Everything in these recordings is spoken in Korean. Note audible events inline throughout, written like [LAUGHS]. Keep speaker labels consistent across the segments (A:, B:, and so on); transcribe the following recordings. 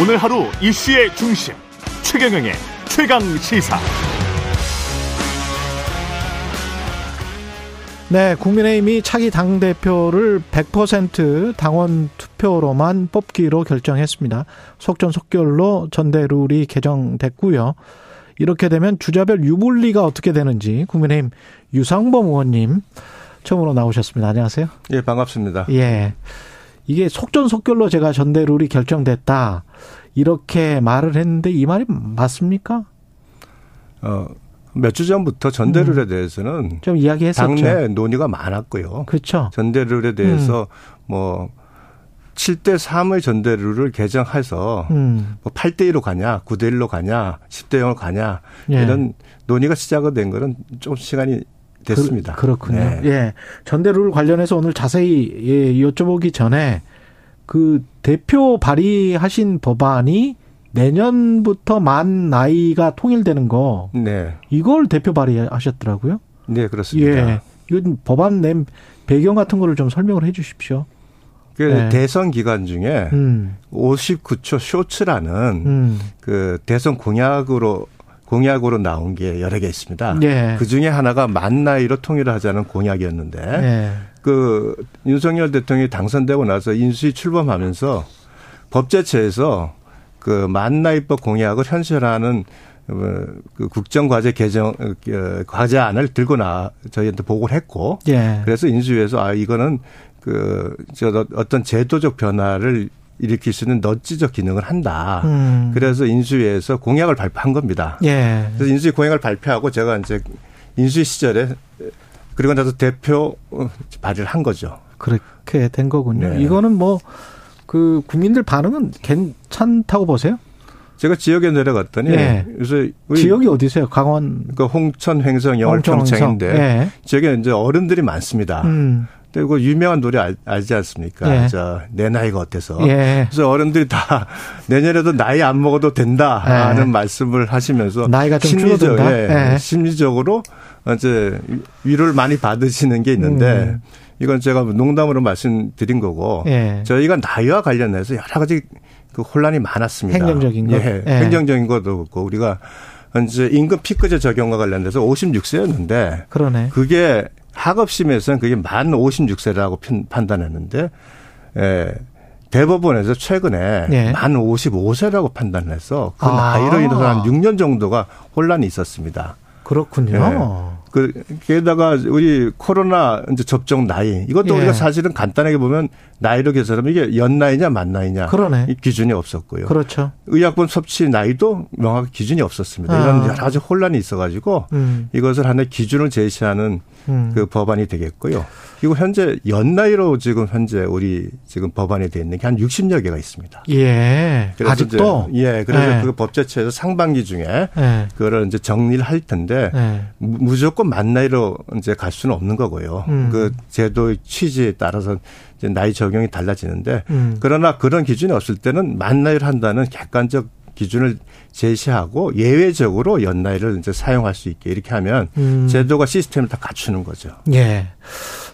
A: 오늘 하루 이슈의 중심 최경영의 최강 시사.
B: 네, 국민의힘이 차기 당 대표를 100% 당원 투표로만 뽑기로 결정했습니다. 속전속결로 전대룰이 개정됐고요. 이렇게 되면 주자별 유불리가 어떻게 되는지 국민의힘 유상범 의원님 처음으로 나오셨습니다. 안녕하세요.
C: 예, 반갑습니다.
B: 예. 이게 속전속결로 제가 전대룰이 결정됐다. 이렇게 말을 했는데 이 말이 맞습니까?
C: 어, 몇 주 전부터 전대룰에 대해서는
B: 좀 음. 이야기했었죠.
C: 당내 논의가 많았고요.
B: 그렇죠.
C: 전대룰에 대해서
B: 음.
C: 뭐 7대 3의 전대룰을 개정해서
B: 음.
C: 뭐 8대 1로 가냐, 9대 1로 가냐, 10대 0으로 가냐
B: 예.
C: 이런 논의가 시작이 된 거는 좀 시간이 됐습니다.
B: 그, 렇군요
C: 네.
B: 예. 전대룰 관련해서 오늘 자세히 예, 여쭤보기 전에 그 대표 발의하신 법안이 내년부터 만 나이가 통일되는 거
C: 네.
B: 이걸 대표 발의하셨더라고요.
C: 네, 그렇습니다.
B: 예. 이건 법안 낸 배경 같은 거를 좀 설명을 해 주십시오.
C: 그
B: 네.
C: 대선 기간 중에
B: 음.
C: 59초 쇼츠라는
B: 음.
C: 그 대선 공약으로 공약으로 나온 게 여러 개 있습니다.
B: 네.
C: 그 중에 하나가 만 나이로 통일을 하자는 공약이었는데
B: 예.
C: 그 윤석열 대통령이 당선되고 나서 인수위 출범하면서 법제처에서 그 만 나이법 공약을 현실화하는 어, 그 국정과제 개정 어, 과제안을 들고 나 저희한테 보고를 했고
B: 예.
C: 그래서 인수위에서 아 이거는 그저 어떤 제도적 변화를 일으킬 수 있는 넛지적 기능을 한다.
B: 음.
C: 그래서 인수위에서 공약을 발표한 겁니다.
B: 예.
C: 그래서 인수위 공약을 발표하고 제가 이제 인수위 시절에 그리고 나서 대표 어, 발의를 한 거죠.
B: 그렇게 된 거군요.
C: 네.
B: 이거는 뭐 그 국민들 반응은 괜찮다고 보세요?
C: 제가 지역에 내려갔더니
B: 예.
C: 요새 우리
B: 지역이 어디세요? 강원
C: 그 홍천 횡성 영월
B: 홍천,
C: 평창인데 아.
B: 홍성. 예.
C: 지역에 이제 어른들이 많습니다.
B: 음.
C: 그리고 유명한 노래 알, 알지 않습니까?
B: 예.
C: 저 내 나이가 어때서
B: 예.
C: 그래서 어른들이 다 [LAUGHS] 내년에도 나이 안 먹어도 된다
B: 예.
C: 하는 말씀을 하시면서
B: 나이가 좀 줄어든다?
C: 예,
B: 예.
C: 심리적으로 이제 위로를 많이 받으시는 게 있는데
B: 음.
C: 이건 제가 농담으로 말씀드린 거고
B: 예.
C: 저희가 나이와 관련해서 여러 가지 그 혼란이 많았습니다.
B: 행정적인 것?
C: 예,
B: 예.
C: 행정적인 것도 그렇고 우리가 이제 임금 피크제 적용과 관련돼서 56세였는데
B: 그러네.
C: 그게 학업심에서는 그게 만 56세라고 판단했는데 에, 대법원에서 최근에
B: 예.
C: 만 55세라고 판단해서 그
B: 아.
C: 나이로 인해서 한 6년 정도가 혼란이 있었습니다.
B: 그렇군요.
C: 그 게다가 우리 코로나 이제 접종 나이 이것도
B: 예.
C: 우리가 사실은 간단하게 보면 나이로 계산하면 이게 연나이냐 만나이냐
B: 그러네.
C: 예. 아, 이 기준이 없었고요.
B: 그렇죠.
C: 의약품 섭취 나이도 명확히 기준이 없었습니다.
B: 아.
C: 이런 여러 가지 혼란이 있어가지고
B: 음.
C: 이것을 하나의 기준을 제시하는
B: 음.
C: 그 법안이 되겠고요. 그리고 현재 연나이로 지금 현재 우리 지금 법안이 돼 있는 게 한 60여 개가 있습니다.
B: 예.
C: 그래서
B: 아직도
C: 이제 예, 그래서
B: 예.
C: 그 법제처에서 상반기 중에
B: 예.
C: 그거를 이제 정리를 할 텐데
B: 예.
C: 무- 무조건 만 나이로 이제 갈 수는 없는 거고요.
B: 음.
C: 그 제도의 취지에 따라서 이제 나이 적용이 달라지는데
B: 음.
C: 그러나 그런 기준이 없을 때는 만 나이를 한다는 객관적 기준을 제시하고 예외적으로 연나이를 이제 사용할 수 있게 이렇게 하면
B: 음.
C: 제도가 시스템을 다 갖추는 거죠.
B: 예.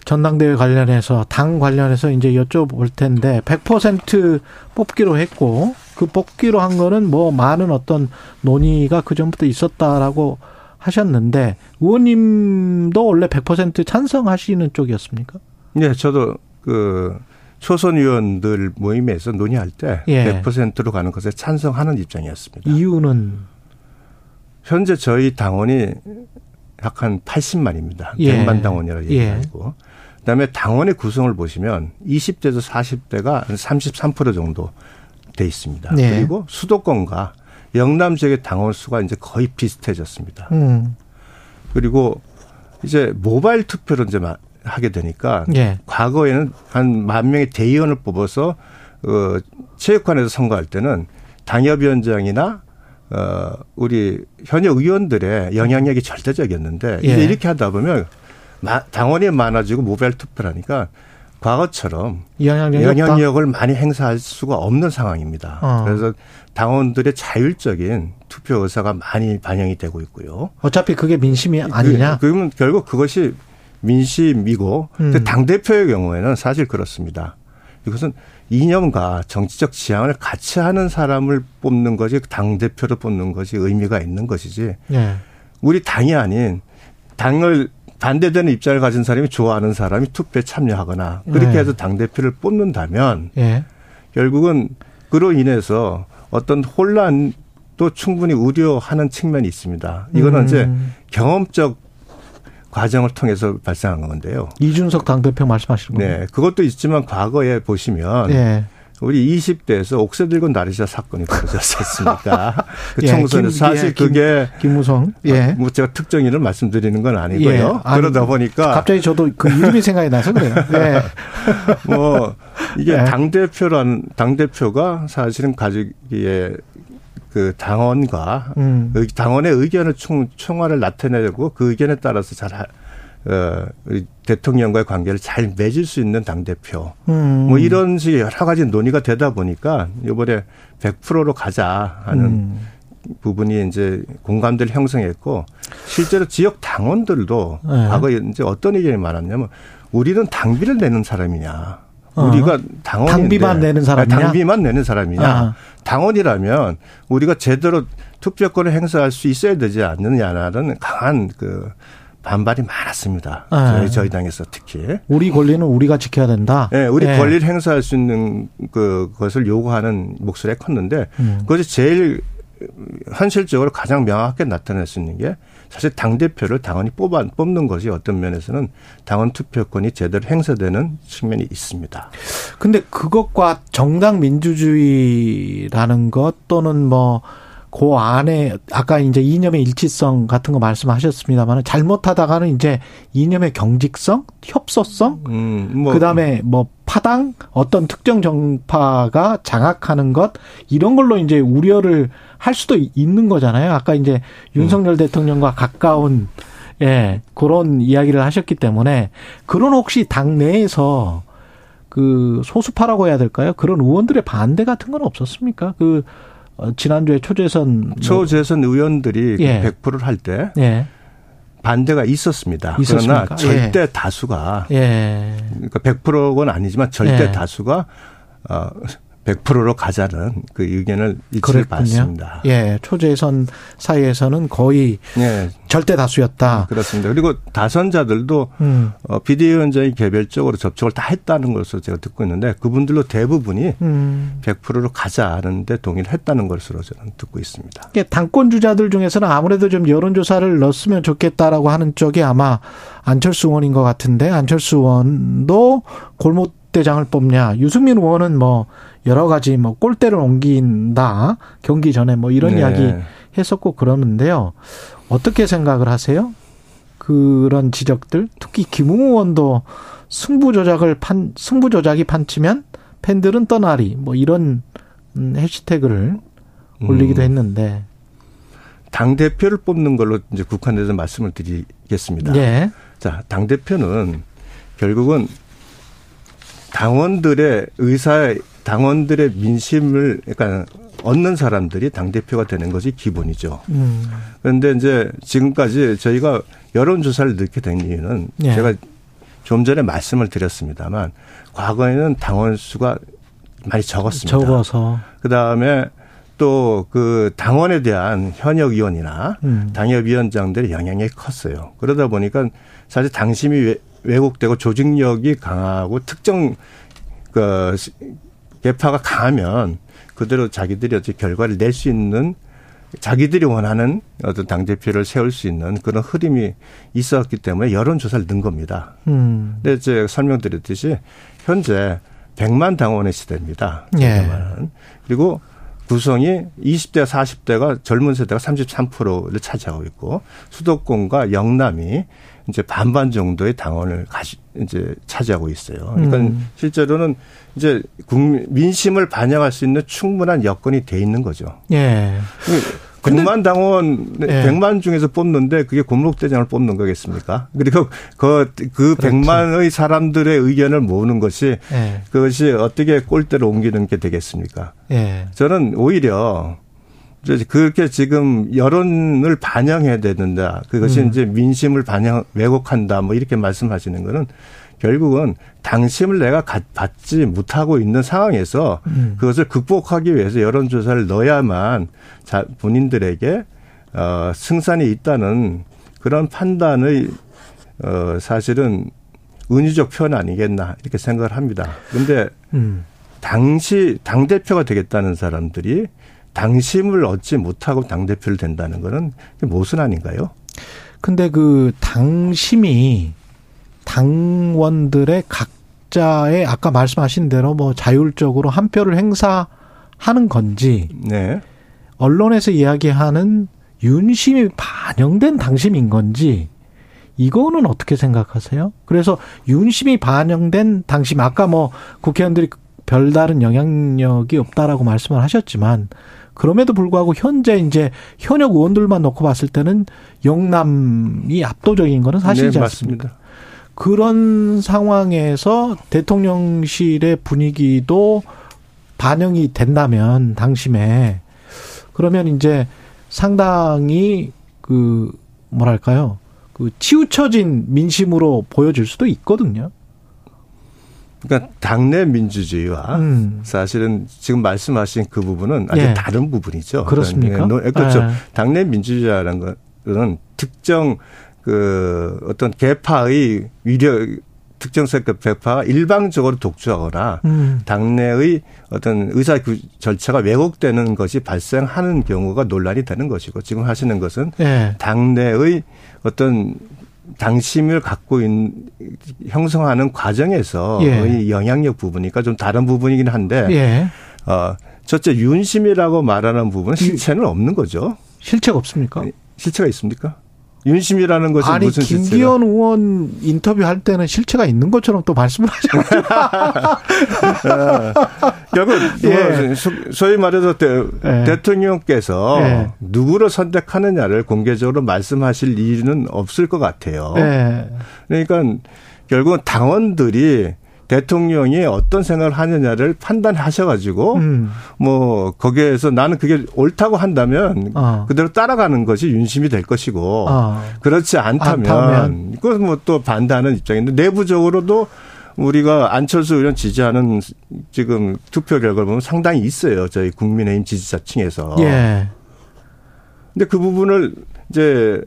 B: 전당대회 관련해서 당 관련해서 이제 여쭤볼 텐데 100% 뽑기로 했고 그 뽑기로 한 거는 뭐 많은 어떤 논의가 그 전부터 있었다라고 하셨는데 의원님도 원래 100% 찬성하시는 쪽이었습니까?
C: 네, 저도 그 초선 의원들 모임에서 논의할 때
B: 예.
C: 100%로 가는 것에 찬성하는 입장이었습니다.
B: 이유는
C: 현재 저희 당원이 약 한 80만입니다.
B: 예.
C: 100만 당원이라
B: 예.
C: 얘기하고. 그다음에 당원의 구성을 보시면 20대에서 40대가 한 33% 정도 돼 있습니다.
B: 네.
C: 그리고 수도권과 영남 지역의 당원 수가 이제 거의 비슷해졌습니다.
B: 음.
C: 그리고 이제 모바일 투표를 이제 마- 하게 되니까
B: 예.
C: 과거에는 한 만 명의 대의원을 뽑아서 어 체육관에서 선거할 때는 당협위원장이나 어 우리 현역 의원들의 영향력이 절대적이었는데
B: 예.
C: 이제 이렇게 하다 보면 마- 당원이 많아지고 모바일 투표라니까 과거처럼
B: 영향력이 없다.
C: 영향력을 많이 행사할 수가 없는 상황입니다.
B: 어.
C: 그래서 당원들의 자율적인 투표 의사가 많이 반영이 되고 있고요.
B: 어차피 그게 민심이 아니냐?
C: 그, 그러면 결국 그것이 민심이고
B: 음.
C: 당 대표의 경우에는 사실 그렇습니다. 이것은 이념과 정치적 지향을 같이 하는 사람을 뽑는 것이 당 대표를 뽑는 것이 의미가 있는 것이지
B: 예.
C: 우리 당이 아닌 당을 반대되는 입장을 가진 사람이 좋아하는 사람이 투표에 참여하거나 그렇게
B: 네.
C: 해서 당 대표를 뽑는다면
B: 예.
C: 결국은 그로 인해서 어떤 혼란도 충분히 우려하는 측면이 있습니다. 이거는
B: 음.
C: 이제 경험적 과정을 통해서 발생한 건데요.
B: 이준석 당대표 말씀하시는 거예요.
C: 네, 그것도 있지만 과거에 보시면
B: 예.
C: 우리 20대에서 옥새 들고 나르샤 사건이 벌어졌지
B: [LAUGHS]
C: 않습니까? 그
B: 예,
C: 총선에
B: 김-
C: 사실
B: 예, 김-
C: 그게
B: 김무성.
C: 아,
B: 예.
C: 뭐 제가 특정인을 말씀드리는 건 아니고요.
B: 예. 아니,
C: 그러다 보니까
B: 갑자기 저도 그
C: [LAUGHS]
B: 이름이 생각이 나서 그래요. 예.
C: 뭐
B: [LAUGHS]
C: 이게
B: 네.
C: 당 대표라는 당 대표가 사실은 가지기에 그 당원과
B: 음.
C: 의- 당원의 의견을 총, 총화를 나타내고 그 의견에 따라서 잘 하- 어, 이 대통령과의 관계를 잘 맺을 수 있는 당 대표
B: 음.
C: 뭐 이런 식의 여러 가지 논의가 되다 보니까 이번에 100%로 가자 하는
B: 음.
C: 부분이 이제 공감대를 형성했고 실제로 지역 당원들도
B: 네.
C: 과거에 이제 어떤 의견이 많았냐면 우리는 당비를 내는 사람이냐
B: 어.
C: 우리가 당원인데
B: 당비만 내는 사람이냐?
C: 아니, 당비만 내는 사람이냐
B: 아.
C: 당원이라면 우리가 제대로 투표권을 행사할 수 있어야 되지 않느냐라는 강한 그 반발이 많았습니다
B: 아.
C: 저희, 저희 당에서 특히
B: 우리 권리는 우리가 지켜야 된다.
C: 예, 우리
B: 예.
C: 권리를 행사할 수 있는 그 것을 요구하는 목소리가 컸는데
B: 음.
C: 그것이 제일 현실적으로 가장 명확하게 나타낼 수 있는 게 사실 당 대표를 당원이 뽑아 뽑는 것이 어떤 면에서는 당원 투표권이 제대로 행사되는 측면이 있습니다.
B: 근데 그것과 정당 민주주의라는 것 또는 뭐 그 안에 아까 이제 이념의 일치성 같은 거 말씀하셨습니다만 잘못하다가는 이제 이념의 경직성, 협소성,
C: 음, 뭐
B: 그다음에 뭐 파당 어떤 특정 정파가 장악하는 것 이런 걸로 이제 우려를 할 수도 있는 거잖아요. 아까 이제 윤석열
C: 음.
B: 대통령과 가까운 예, 그런 이야기를 하셨기 때문에 그런 혹시 당 내에서 그 소수파라고 해야 될까요? 그런 의원들의 반대 같은 건 없었습니까? 그 어, 지난주에 초재선 뭐-
C: 초재선 의원들이
B: 예.
C: 100%를 할 때
B: 예.
C: 반대가 있었습니다.
B: 있었습니까?
C: 그러나 절대
B: 예.
C: 다수가
B: 예.
C: 그러니까 100%건 아니지만 절대
B: 예.
C: 다수가 어 100%로 가자는 그 의견을
B: 그랬군요.
C: 이치를 받습니다.
B: 예, 초재선 사이에서는 거의
C: 예,
B: 절대 다수였다.
C: 그렇습니다. 그리고 다선자들도
B: 음.
C: 어, 비대위원장이 개별적으로 접촉을 다 했다는 것으로 제가 듣고 있는데 그분들로 대부분이
B: 음.
C: 100%로 가자 하는데 동의를 했다는 것으로 저는 듣고 있습니다.
B: 이게 당권 주자들 중에서는 아무래도 좀 여론조사를 넣었으면 좋겠다라고 하는 쪽이 아마 안철수 의원인 것 같은데 안철수 의원도 골목대장을 뽑냐 유승민 의원은 뭐 여러 가지 뭐 골대를 옮긴다 경기 전에 뭐 이런
C: 네.
B: 이야기 했었고 그러는데요 어떻게 생각을 하세요? 그런 지적들 특히 김웅 의원도 승부 조작을 판 승부 조작이 판치면 팬들은 떠나리 뭐 이런 음, 해시태그를 올리기도
C: 음,
B: 했는데.
C: 당 대표를 뽑는 걸로 이제 국한돼서 말씀을 드리겠습니다.
B: 예.
C: 자, 당 대표는 결국은 당원들의 의사에 당원들의 민심을 그러니까 얻는 사람들이 당 대표가 되는 것이 기본이죠.
B: 음.
C: 그런데 이제 지금까지 저희가 여론조사를 넣게 된 이유는
B: 예.
C: 제가 좀 전에 말씀을 드렸습니다만 과거에는 당원 수가 많이 적었습니다.
B: 적어서.
C: 그 다음에 또 그 당원에 대한 현역 의원이나
B: 음.
C: 당협위원장들의 영향이 컸어요. 그러다 보니까 사실 당심이 왜- 왜곡되고 조직력이 강하고 특정 그 시- 개파가 강하면 그대로 자기들이 어째 결과를 낼 수 있는 자기들이 원하는 어떤 당대표를 세울 수 있는 그런 흐름이 있었기 때문에 여론조사를 넣은 겁니다.
B: 음.
C: 근데 제가 설명드렸듯이 현재 100만 당원의 시대입니다.
B: 예.
C: 정말. 음. 그리고 구성이 20대, 40대가 젊은 세대가 33%를 차지하고 있고 수도권과 영남이 이제 반반 정도의 당원을 가시, 이제 차지하고 있어요. 그러니까
B: 음.
C: 실제로는 이제 국민, 민심을 반영할 수 있는 충분한 여건이 돼 있는 거죠.
B: 예.
C: 100만 당원
B: 예.
C: 100만 중에서 뽑는데 그게 골목대장을 뽑는 거겠습니까? 그리고 그,
B: 그렇죠.
C: 그 100만의 사람들의 의견을 모으는 것이
B: 예.
C: 그것이 어떻게 꼴대로 옮기는 게 되겠습니까?
B: 예.
C: 저는 오히려 이제 그렇게 지금 여론을 반영해야 된다. 그것이 이제 민심을 반영 왜곡한다. 뭐 이렇게 말씀하시는 거는 결국은 당심을 내가 가- 받지 못하고 있는 상황에서 그것을 극복하기 위해서 여론조사를 넣어야만 자, 본인들에게 어, 승산이 있다는 그런 판단의 어, 사실은 은유적 표현 아니겠나 이렇게 생각을 합니다. 근데
B: 음.
C: 당시 당 대표가 되겠다는 사람들이 당심을 얻지 못하고 당 대표를 된다는 거는 모순 아닌가요?
B: 근데 그 당심이 당원들의 각자의 아까 말씀하신 대로 뭐 자율적으로 한 표를 행사하는 건지
C: 네.
B: 언론에서 이야기하는 윤심이 반영된 당심인 건지 이거는 어떻게 생각하세요? 그래서 윤심이 반영된 당심 아까 뭐 국회의원들이 별다른 영향력이 없다라고 말씀을 하셨지만 그럼에도 불구하고 현재 이제 현역 의원들만 놓고 봤을 때는 영남이 압도적인 거는 사실이지
C: 네,
B: 않습니까?
C: 맞습니다.
B: 그런 상황에서 대통령실의 분위기도 반영이 된다면 당심에 그러면 이제 상당히 그 뭐랄까요 그 치우쳐진 민심으로 보여질 수도 있거든요.
C: 그러니까 당내 민주주의와
B: 음.
C: 사실은 지금 말씀하신 그 부분은 아주
B: 예.
C: 다른 부분이죠.
B: 그렇습니까?
C: 그러니까, 그렇죠.
B: 예.
C: 당내 민주주의라는 거는 특정 그 어떤 개파의 위력 특정 세력 그 개파가 일방적으로 독주하거나
B: 음.
C: 당내의 어떤 의사 구- 절차가 왜곡되는 것이 발생하는 경우가 논란이 되는 것이고 지금 하시는 것은
B: 예.
C: 당내의 어떤 당심을 갖고 있는 형성하는 과정에서
B: 예.
C: 의 영향력 부분이니까 좀 다른 부분이긴 한데
B: 예.
C: 어 첫째 윤심이라고 말하는
B: 그
C: 부분은 실체는 없는 거죠.
B: 실체가 없습니까?
C: 실체가 있습니까? 윤심이라는 것이
B: 아니
C: 네. 무슨 실체가?
B: 김기현 의원 인터뷰할 때는 실체가 있는 것처럼 또 말씀을
C: [LAUGHS]
B: 하셨어요.
C: 결국 뭐
B: 예.
C: 소- 소위 말해서 대,
B: 예.
C: 대통령께서
B: 예.
C: 누구를 선택하느냐를 공개적으로 말씀하실 이유는 없을 것 같아요.
B: 예.
C: 그러니까 결국은 당원들이 대통령이 어떤 생각을 하느냐를 판단하셔가지고
B: 음.
C: 뭐 거기에서 나는 그게 옳다고 한다면
B: 어.
C: 그대로 따라가는 것이 윤심이 될 것이고
B: 어.
C: 그렇지 않다면,
B: 않다면.
C: 그건 뭐 또 반대하는 입장인데 내부적으로도 우리가 안철수 의원 지지하는 지금 투표 결과를 보면 상당히 있어요. 저희 국민의힘 지지자층에서.
B: 예.
C: 근데 그 부분을 이제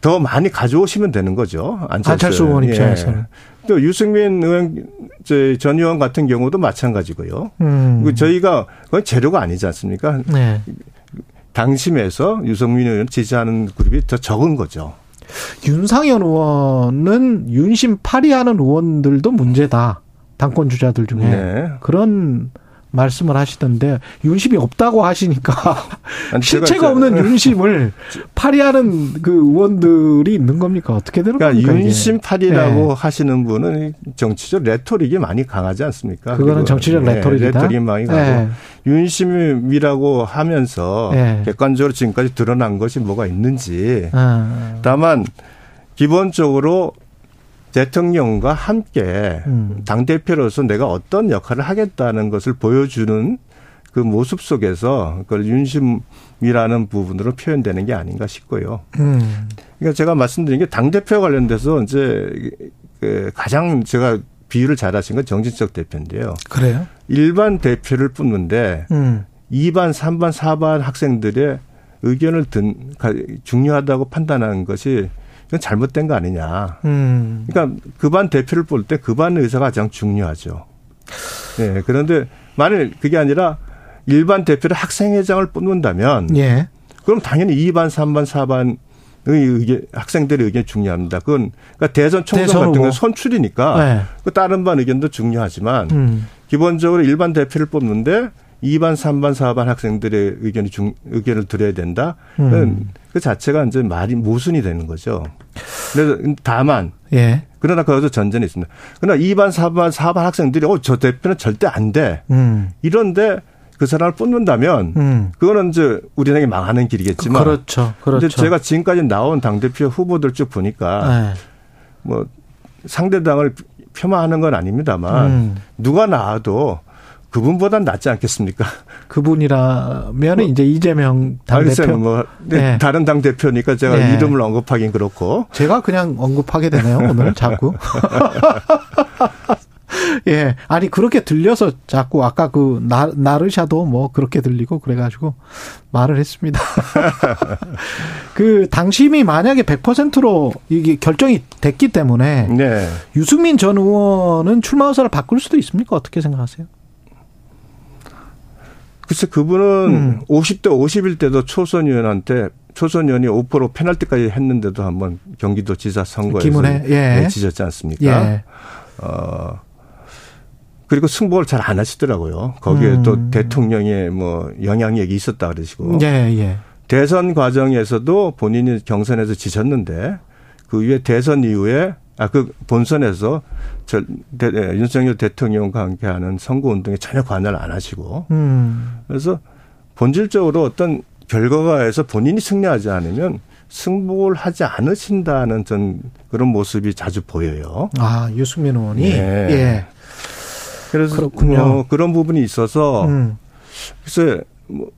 C: 더 많이 가져오시면 되는 거죠. 안철수, 예.
B: 안철수 의원 입장에서는.
C: 또 유승민 의원, 이제 전 의원 같은 경우도 마찬가지고요.
B: 음.
C: 그리고 저희가 그건 재료가 아니지 않습니까?
B: 네.
C: 당심에서 유승민 의원 지지하는 그룹이 더 적은 거죠.
B: 윤상현 의원은 윤심 파리하는 의원들도 문제다. 당권 주자들 중에
C: 네.
B: 그런 말씀을 하시던데 윤심이 없다고 하시니까
C: 아니, 제가
B: 실체가
C: 이제-
B: 없는
C: [LAUGHS]
B: 윤심을 파리하는 그 의원들이 있는 겁니까? 어떻게 되는
C: 그러니까
B: 겁니까? 이게?
C: 윤심팔이라고
B: 네.
C: 하시는 분은 정치적 레토릭이 많이 강하지 않습니까?
B: 그거는
C: 그리고,
B: 정치적
C: 예,
B: 레토릭이다?
C: 레토릭이 많이 강하고
B: 네.
C: 윤심이라고 하면서
B: 네.
C: 객관적으로 지금까지 드러난 것이 뭐가 있는지
B: 아,
C: 다만 기본적으로 대통령과 함께
B: 음.
C: 당 대표로서 내가 어떤 역할을 하겠다는 것을 보여주는 그 모습 속에서 그걸 윤심이라는 부분으로 표현되는 게 아닌가 싶고요.
B: 음.
C: 그러니까 제가 말씀드린 게 당 대표 관련돼서 이제 그 가장 제가 비유를 잘하신 건 정진석 대표인데요.
B: 그래요?
C: 일반 대표를 뽑는데
B: 음.
C: 2반, 3반, 4반 학생들의 의견을 든 가- 중요하다고 판단하는 것이 이건 잘못된 거 아니냐.
B: 음.
C: 그러니까 그 반 대표를 뽑을 때 그 반 의사가 가장 중요하죠. 예. 그런데 만일 그게 아니라 일반 대표를 학생회장을 뽑는다면
B: 예.
C: 그럼 당연히 2반, 3반, 4반의 의견, 학생들의 의견이 중요합니다. 그건 그러니까 대선 총선
B: 대선
C: 같은
B: 후보.
C: 건 선출이니까
B: 네.
C: 그 다른 반 의견도 중요하지만
B: 음.
C: 기본적으로 일반 대표를 뽑는데 2반, 3반, 4반 학생들의 의견이 중, 의견을 들어야 된다.
B: 음.
C: 그건 그 자체가 이제 말이 모순이 되는 거죠. 그래서 다만
B: 예.
C: 그러나 거기서 전전이 있습니다. 그러나 2반, 4반, 4반 학생들이 어 저 대표는 절대 안 돼.
B: 음.
C: 이런데 그 사람을 뽑는다면
B: 음.
C: 그거는 이제 우리에게 망하는 길이겠지만
B: 그렇죠.
C: 근데
B: 그렇죠.
C: 제가 지금까지 나온 당대표 후보들 쭉 보니까
B: 예.
C: 뭐 상대당을 폄하하는 건 아닙니다만
B: 음.
C: 누가 나와도 그분보단 낫지 않겠습니까?
B: 그분이라면 은 이제 이재명
C: 뭐, [LAUGHS] 알겠어요.
B: 당대표.
C: 뭐 네,
B: 네.
C: 다른 당 대표니까 제가
B: 네.
C: 이름을 언급하긴 그렇고
B: 제가 그냥 언급하게 되네요, 오늘 자꾸. [LAUGHS] 예. 아니, 그렇게 들려서 자꾸 아까 그 나, 나르샤도 뭐 그렇게 들리고 그래가지고 말을 했습니다. [LAUGHS] 그 당심이 만약에 100%로 이게 결정이 됐기 때문에
C: 네.
B: 유승민 전 의원은 출마 의사를 바꿀 수도 있습니까? 어떻게 생각하세요?
C: 글쎄
B: 음.
C: 그분은 50대 50일 때도 초선 의원한테 초선 의원이 5% 페널티까지 했는데도 한번 경기도 지사 선거에서
B: 김은혜, 예.
C: 네, 지졌지 않습니까?
B: 예.
C: 어 그리고 승복을 잘 안 하시더라고요. 거기에
B: 음.
C: 또 대통령의 뭐 영향력이 있었다 그러시고
B: 예, 예.
C: 대선 과정에서도 본인이 경선에서 지셨는데 그 위에 대선 이후에 아 그 본선에서 저 대, 예, 윤석열 대통령과 함께하는 선거 운동에 전혀 관여를 안 하시고
B: 음.
C: 그래서 본질적으로 어떤 결과가에서 본인이 승리하지 않으면 승복을 하지 않으신다는 전 그런 모습이 자주 보여요.
B: 아, 유승민 의원이.
C: 네.
B: 예.
C: 그래서
B: 그렇군요.
C: 뭐 그런 부분이 있어서
B: 음.
C: 글쎄 뭐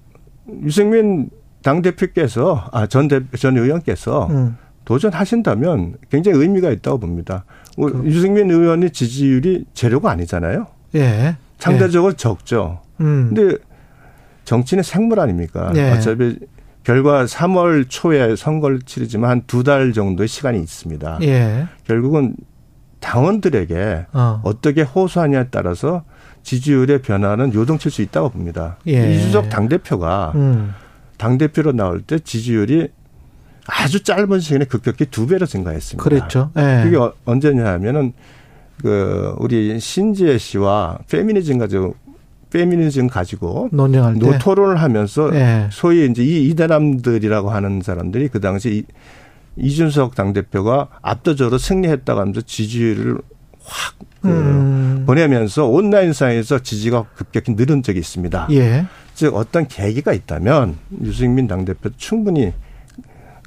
C: 유승민 당 대표께서 아전전 전 의원께서
B: 음.
C: 도전하신다면 굉장히 의미가 있다고 봅니다. 뭐 유승민 의원의 지지율이 재료가 아니잖아요.
B: 예.
C: 상대적으로 적죠.
B: 예. 음.
C: 근데 정치는 생물 아닙니까?
B: 네.
C: 어차피 결과 3월 초에 선거를 치르지만 한 두 달 정도의 시간이 있습니다.
B: 예.
C: 결국은 당원들에게
B: 어.
C: 어떻게 호소하냐에 따라서 지지율의 변화는 요동칠 수 있다고 봅니다.
B: 예.
C: 이준석 당대표가
B: 음.
C: 당대표로 나올 때 지지율이 아주 짧은 시간에 급격히 두 배로 증가했습니다.
B: 그랬죠. 예.
C: 그게 어- 언제냐 하면은 그 우리 신지혜 씨와 페미니즘 가지고 페미니즘 가지고
B: 논쟁할 때.
C: 노토론을 하면서
B: 예.
C: 소위 이제 이 이대남들이라고 하는 사람들이 그 당시 이- 이준석 당대표가 압도적으로 승리했다고 하면서 지지율을 확 그,
B: 음.
C: 보내면서 온라인상에서 지지가 급격히 늘은 적이 있습니다.
B: 예.
C: 즉 어떤 계기가 있다면 유승민 당대표 충분히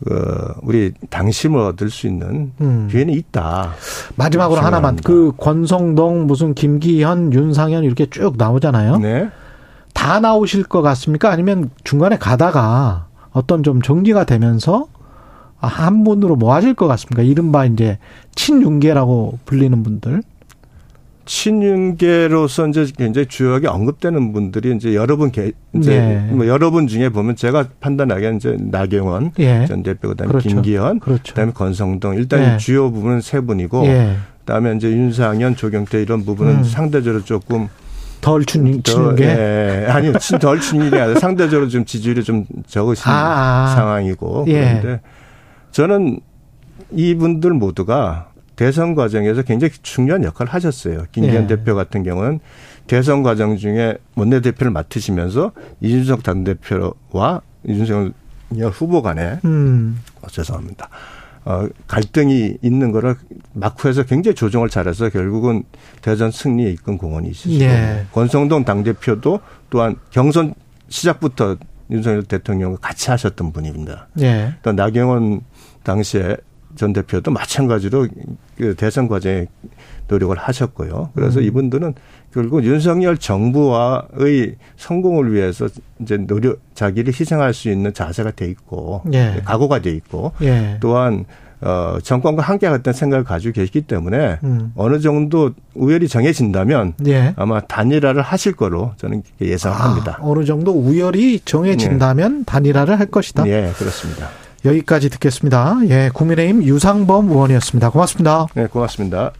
C: 어, 우리 당심을 얻을 수 있는
B: 음.
C: 기회는 있다.
B: 마지막으로
C: 생각합니다.
B: 하나만 그 권성동 무슨 김기현 윤상현 이렇게 쭉 나오잖아요.
C: 네.
B: 다 나오실 것 같습니까? 아니면 중간에 가다가 어떤 좀 정리가 되면서 아, 한 분으로 모아질 것 같습니까? 이른바 이제 친윤계라고 불리는 분들.
C: 친윤계로서 이제 굉장히 주요하게 언급되는 분들이 이제 여러 분 개, 이제
B: 네.
C: 뭐 여러 분 중에 보면 제가 판단하기에는 이제 나경원
B: 예.
C: 전 대표 그다음에
B: 그렇죠.
C: 김기현
B: 그렇죠.
C: 그다음에 권성동 일단
B: 네.
C: 이 주요 부분은 세 분이고
B: 예. 음.
C: 그다음에 이제 윤상현 조경태 이런 부분은 상대적으로 조금
B: 덜 친,
C: 더-
B: 친윤계.
C: 예, 아니요 친- 덜
B: [LAUGHS]
C: 친윤계 아니라 상대적으로 좀 지지율이 좀 적으신
B: 아, 아.
C: 상황이고
B: 예.
C: 그런데 저는 이분들 모두가 대선 과정에서 굉장히 중요한 역할을 하셨어요. 김기현
B: 예.
C: 대표 같은 경우는 대선 과정 중에 원내대표를 맡으시면서 이준석 당대표와 이준석 후보 간에
B: 음.
C: 어, 죄송합니다. 어, 갈등이 있는 거를 막후에서 굉장히 조정을 잘해서 결국은 대전 승리에 이끈 공헌이 있으시고
B: 예.
C: 권성동 당대표도 또한 경선 시작부터 윤석열 대통령과 같이 하셨던 분입니다.
B: 예.
C: 또 나경원 당시에 전 대표도 마찬가지로 그 대선 과정에 노력을 하셨고요. 그래서
B: 음.
C: 이분들은 결국 윤석열 정부와의 성공을 위해서 이제 노력 자기를 희생할 수 있는 자세가 돼 있고
B: 예.
C: 각오가 돼 있고
B: 예. 또
C: 한 어, 정권과 함께 갔다는 생각을 가지고 계시기 때문에
B: 음.
C: 어느 정도 우열이 정해진다면
B: 예.
C: 아마 단일화를 하실 거로 저는
B: 아,
C: 예상합니다.
B: 어느 정도 우열이 정해진다면 단일화를 할 것이다.
C: 예, 그렇습니다.
B: 여기까지 듣겠습니다. 예, 국민의힘 유상범 의원이었습니다. 고맙습니다.
C: 네, 고맙습니다.